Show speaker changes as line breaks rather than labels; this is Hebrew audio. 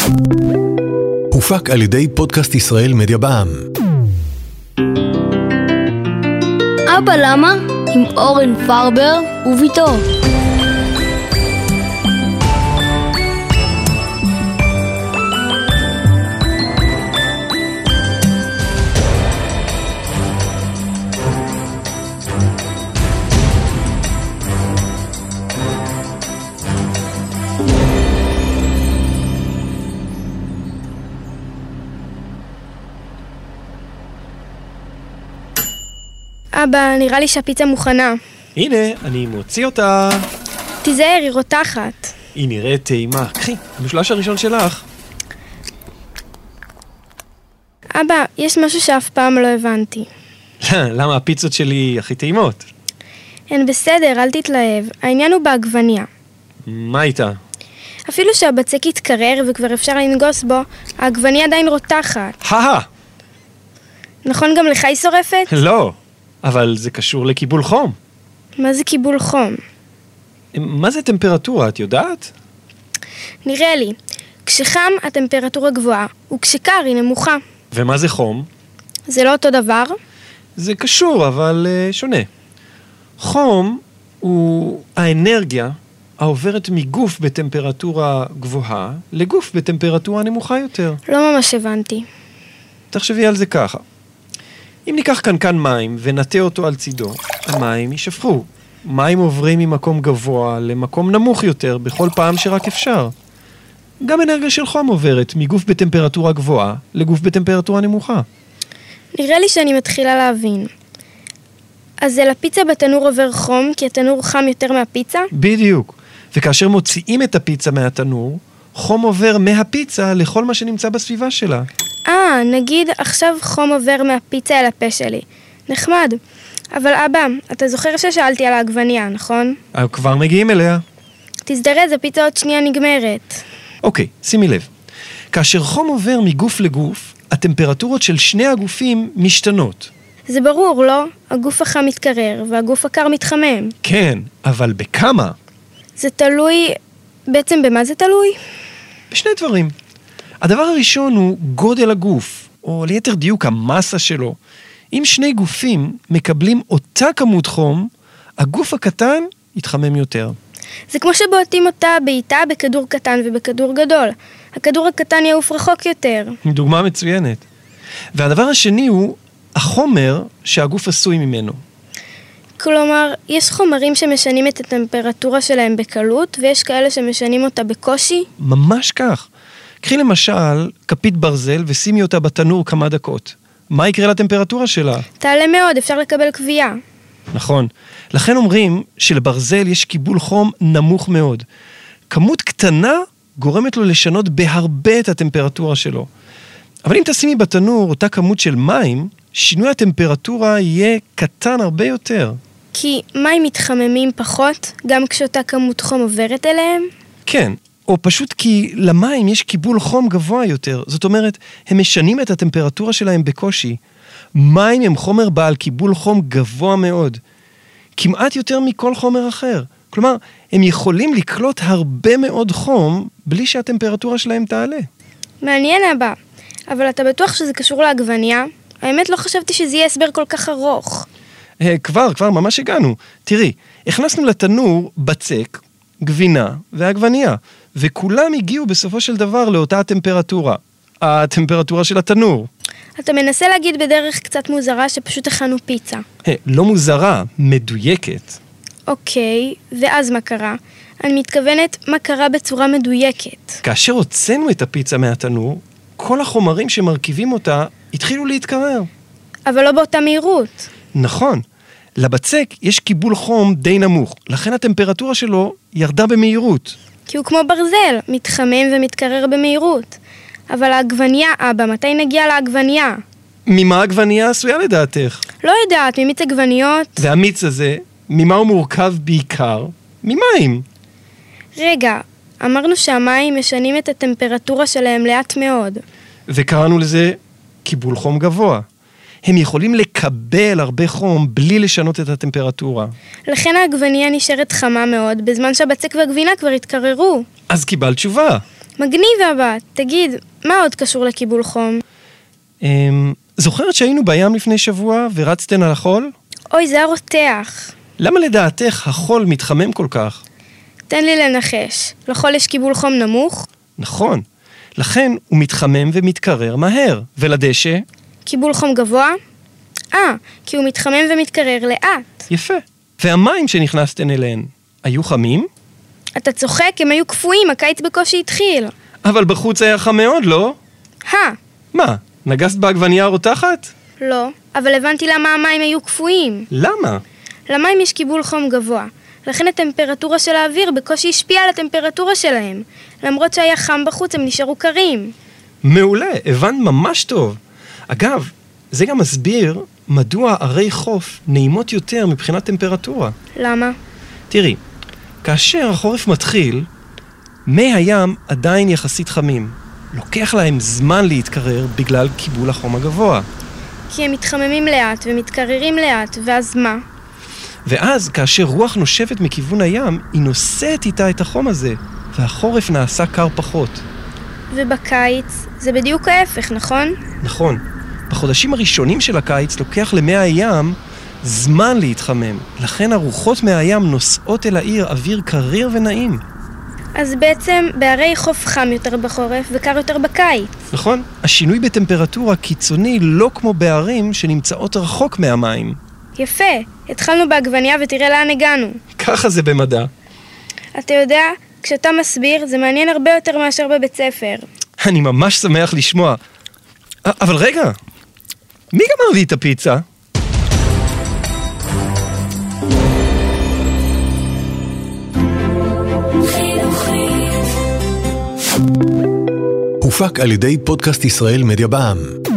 חינוכית. הופק על ידי פודקאסט ישראל מדיה בע"מ.
אבא למה? עם אורן פרבר וביתו.
אבא, נראה לי שהפיצה מוכנה.
הנה, אני מוציא אותה.
תיזהר, היא רותחת.
היא נראית טעימה. קחי, המשולש הראשון שלך.
אבא, יש משהו שאף פעם לא הבנתי.
למה הפיצות שלי הכי טעימות?
הן בסדר, אל תתלהב. העניין הוא בעגבניה.
מה איתה?
אפילו שהבצק התקרר וכבר אפשר לנגוס בו, העגבניה עדיין רותחת.
הא
נכון גם לך היא שורפת?
לא. אבל זה קשור לקיבול חום.
מה זה קיבול חום?
מה זה טמפרטורה, את יודעת?
נראה לי. כשחם הטמפרטורה גבוהה, וכשקר היא נמוכה.
ומה זה חום?
זה לא אותו דבר?
זה קשור, אבל uh, שונה. חום הוא האנרגיה העוברת מגוף בטמפרטורה גבוהה לגוף בטמפרטורה נמוכה יותר.
לא ממש הבנתי.
תחשבי על זה ככה. אם ניקח קנקן מים ונטה אותו על צידו, המים יישפכו. מים עוברים ממקום גבוה למקום נמוך יותר בכל פעם שרק אפשר. גם אנרגיה של חום עוברת מגוף בטמפרטורה גבוהה לגוף בטמפרטורה נמוכה.
נראה לי שאני מתחילה להבין. אז אל הפיצה בתנור עובר חום כי התנור חם יותר מהפיצה?
בדיוק. וכאשר מוציאים את הפיצה מהתנור, חום עובר מהפיצה לכל מה שנמצא בסביבה שלה.
אה, נגיד עכשיו חום עובר מהפיצה אל הפה שלי. נחמד. אבל אבא, אתה זוכר ששאלתי על העגבנייה, נכון?
אה, כבר מגיעים אליה.
תזדרז, הפיצה עוד שנייה נגמרת.
אוקיי, שימי לב. כאשר חום עובר מגוף לגוף, הטמפרטורות של שני הגופים משתנות.
זה ברור, לא? הגוף החם מתקרר והגוף הקר מתחמם.
כן, אבל בכמה?
זה תלוי... בעצם במה זה תלוי?
בשני דברים. הדבר הראשון הוא גודל הגוף, או ליתר דיוק המסה שלו. אם שני גופים מקבלים אותה כמות חום, הגוף הקטן יתחמם יותר.
זה כמו שבועטים אותה בעיטה בכדור קטן ובכדור גדול. הכדור הקטן יעוף רחוק יותר.
דוגמה מצוינת. והדבר השני הוא החומר שהגוף עשוי ממנו.
כלומר, יש חומרים שמשנים את הטמפרטורה שלהם בקלות, ויש כאלה שמשנים אותה בקושי?
ממש כך. קחי למשל כפית ברזל ושימי אותה בתנור כמה דקות. מה יקרה לטמפרטורה שלה?
תעלה מאוד, אפשר לקבל קביעה.
נכון. לכן אומרים שלברזל יש קיבול חום נמוך מאוד. כמות קטנה גורמת לו לשנות בהרבה את הטמפרטורה שלו. אבל אם תשימי בתנור אותה כמות של מים, שינוי הטמפרטורה יהיה קטן הרבה יותר.
כי מים מתחממים פחות, גם כשאותה כמות חום עוברת אליהם?
כן, או פשוט כי למים יש קיבול חום גבוה יותר. זאת אומרת, הם משנים את הטמפרטורה שלהם בקושי. מים הם חומר בעל קיבול חום גבוה מאוד. כמעט יותר מכל חומר אחר. כלומר, הם יכולים לקלוט הרבה מאוד חום בלי שהטמפרטורה שלהם תעלה.
מעניין הבא, אבל אתה בטוח שזה קשור לעגבנייה? האמת לא חשבתי שזה יהיה הסבר כל כך ארוך.
אה, כבר, כבר ממש הגענו. תראי, הכנסנו לתנור בצק, גבינה ועגבנייה, וכולם הגיעו בסופו של דבר לאותה הטמפרטורה. הטמפרטורה של התנור.
אתה מנסה להגיד בדרך קצת מוזרה שפשוט הכנו פיצה.
Hey, לא מוזרה, מדויקת.
אוקיי, okay, ואז מה קרה? אני מתכוונת, מה קרה בצורה מדויקת.
כאשר הוצאנו את הפיצה מהתנור, כל החומרים שמרכיבים אותה התחילו להתקרר.
אבל לא באותה מהירות.
נכון. לבצק יש קיבול חום די נמוך, לכן הטמפרטורה שלו ירדה במהירות.
כי הוא כמו ברזל, מתחמם ומתקרר במהירות. אבל העגבנייה, אבא, מתי נגיע לעגבנייה?
ממה עגבנייה עשויה לדעתך?
לא יודעת, ממיץ עגבניות.
והמיץ הזה, ממה הוא מורכב בעיקר? ממים.
רגע, אמרנו שהמים משנים את הטמפרטורה שלהם לאט מאוד.
וקראנו לזה קיבול חום גבוה. הם יכולים לקבל הרבה חום בלי לשנות את הטמפרטורה.
לכן העגבנייה נשארת חמה מאוד, בזמן שהבצק והגבינה כבר התקררו.
אז קיבלת תשובה.
מגניב אבא, תגיד, מה עוד קשור לקיבול חום?
אמ, זוכרת שהיינו בים לפני שבוע ורצתן על החול?
אוי, זה הרותח.
למה לדעתך החול מתחמם כל כך?
תן לי לנחש. לחול יש קיבול חום נמוך?
נכון. לכן הוא מתחמם ומתקרר מהר. ולדשא?
קיבול חום גבוה? אה, כי הוא מתחמם ומתקרר לאט.
יפה. והמים שנכנסתן אליהן, היו חמים?
אתה צוחק, הם היו קפואים, הקיץ בקושי התחיל.
אבל בחוץ היה חם מאוד, לא?
הא,
מה, נגסת בעגבנייה הרותחת?
לא, אבל הבנתי למה המים היו קפואים.
למה?
למים יש קיבול חום גבוה, לכן הטמפרטורה של האוויר בקושי השפיעה על הטמפרטורה שלהם. למרות שהיה חם בחוץ, הם נשארו קרים.
מעולה, הבנת ממש טוב. אגב, זה גם מסביר מדוע ערי חוף נעימות יותר מבחינת טמפרטורה.
למה?
תראי, כאשר החורף מתחיל, מי הים עדיין יחסית חמים. לוקח להם זמן להתקרר בגלל קיבול החום הגבוה.
כי הם מתחממים לאט ומתקררים לאט, ואז מה?
ואז, כאשר רוח נושבת מכיוון הים, היא נושאת איתה את החום הזה, והחורף נעשה קר פחות.
ובקיץ זה בדיוק ההפך, נכון?
נכון. בחודשים הראשונים של הקיץ לוקח למי הים זמן להתחמם. לכן הרוחות מהים נוסעות אל העיר אוויר קריר ונעים.
אז בעצם בערי חוף חם יותר בחורף וקר יותר בקיץ.
נכון. השינוי בטמפרטורה קיצוני לא כמו בערים שנמצאות רחוק מהמים.
יפה, התחלנו בעגבנייה ותראה לאן הגענו.
ככה זה במדע.
אתה יודע, כשאתה מסביר זה מעניין הרבה יותר מאשר בבית ספר.
אני ממש שמח לשמוע. א- אבל רגע, מי גמר לי את הפיצה?
הופק על ידי פודקאסט ישראל מדיה בע"מ.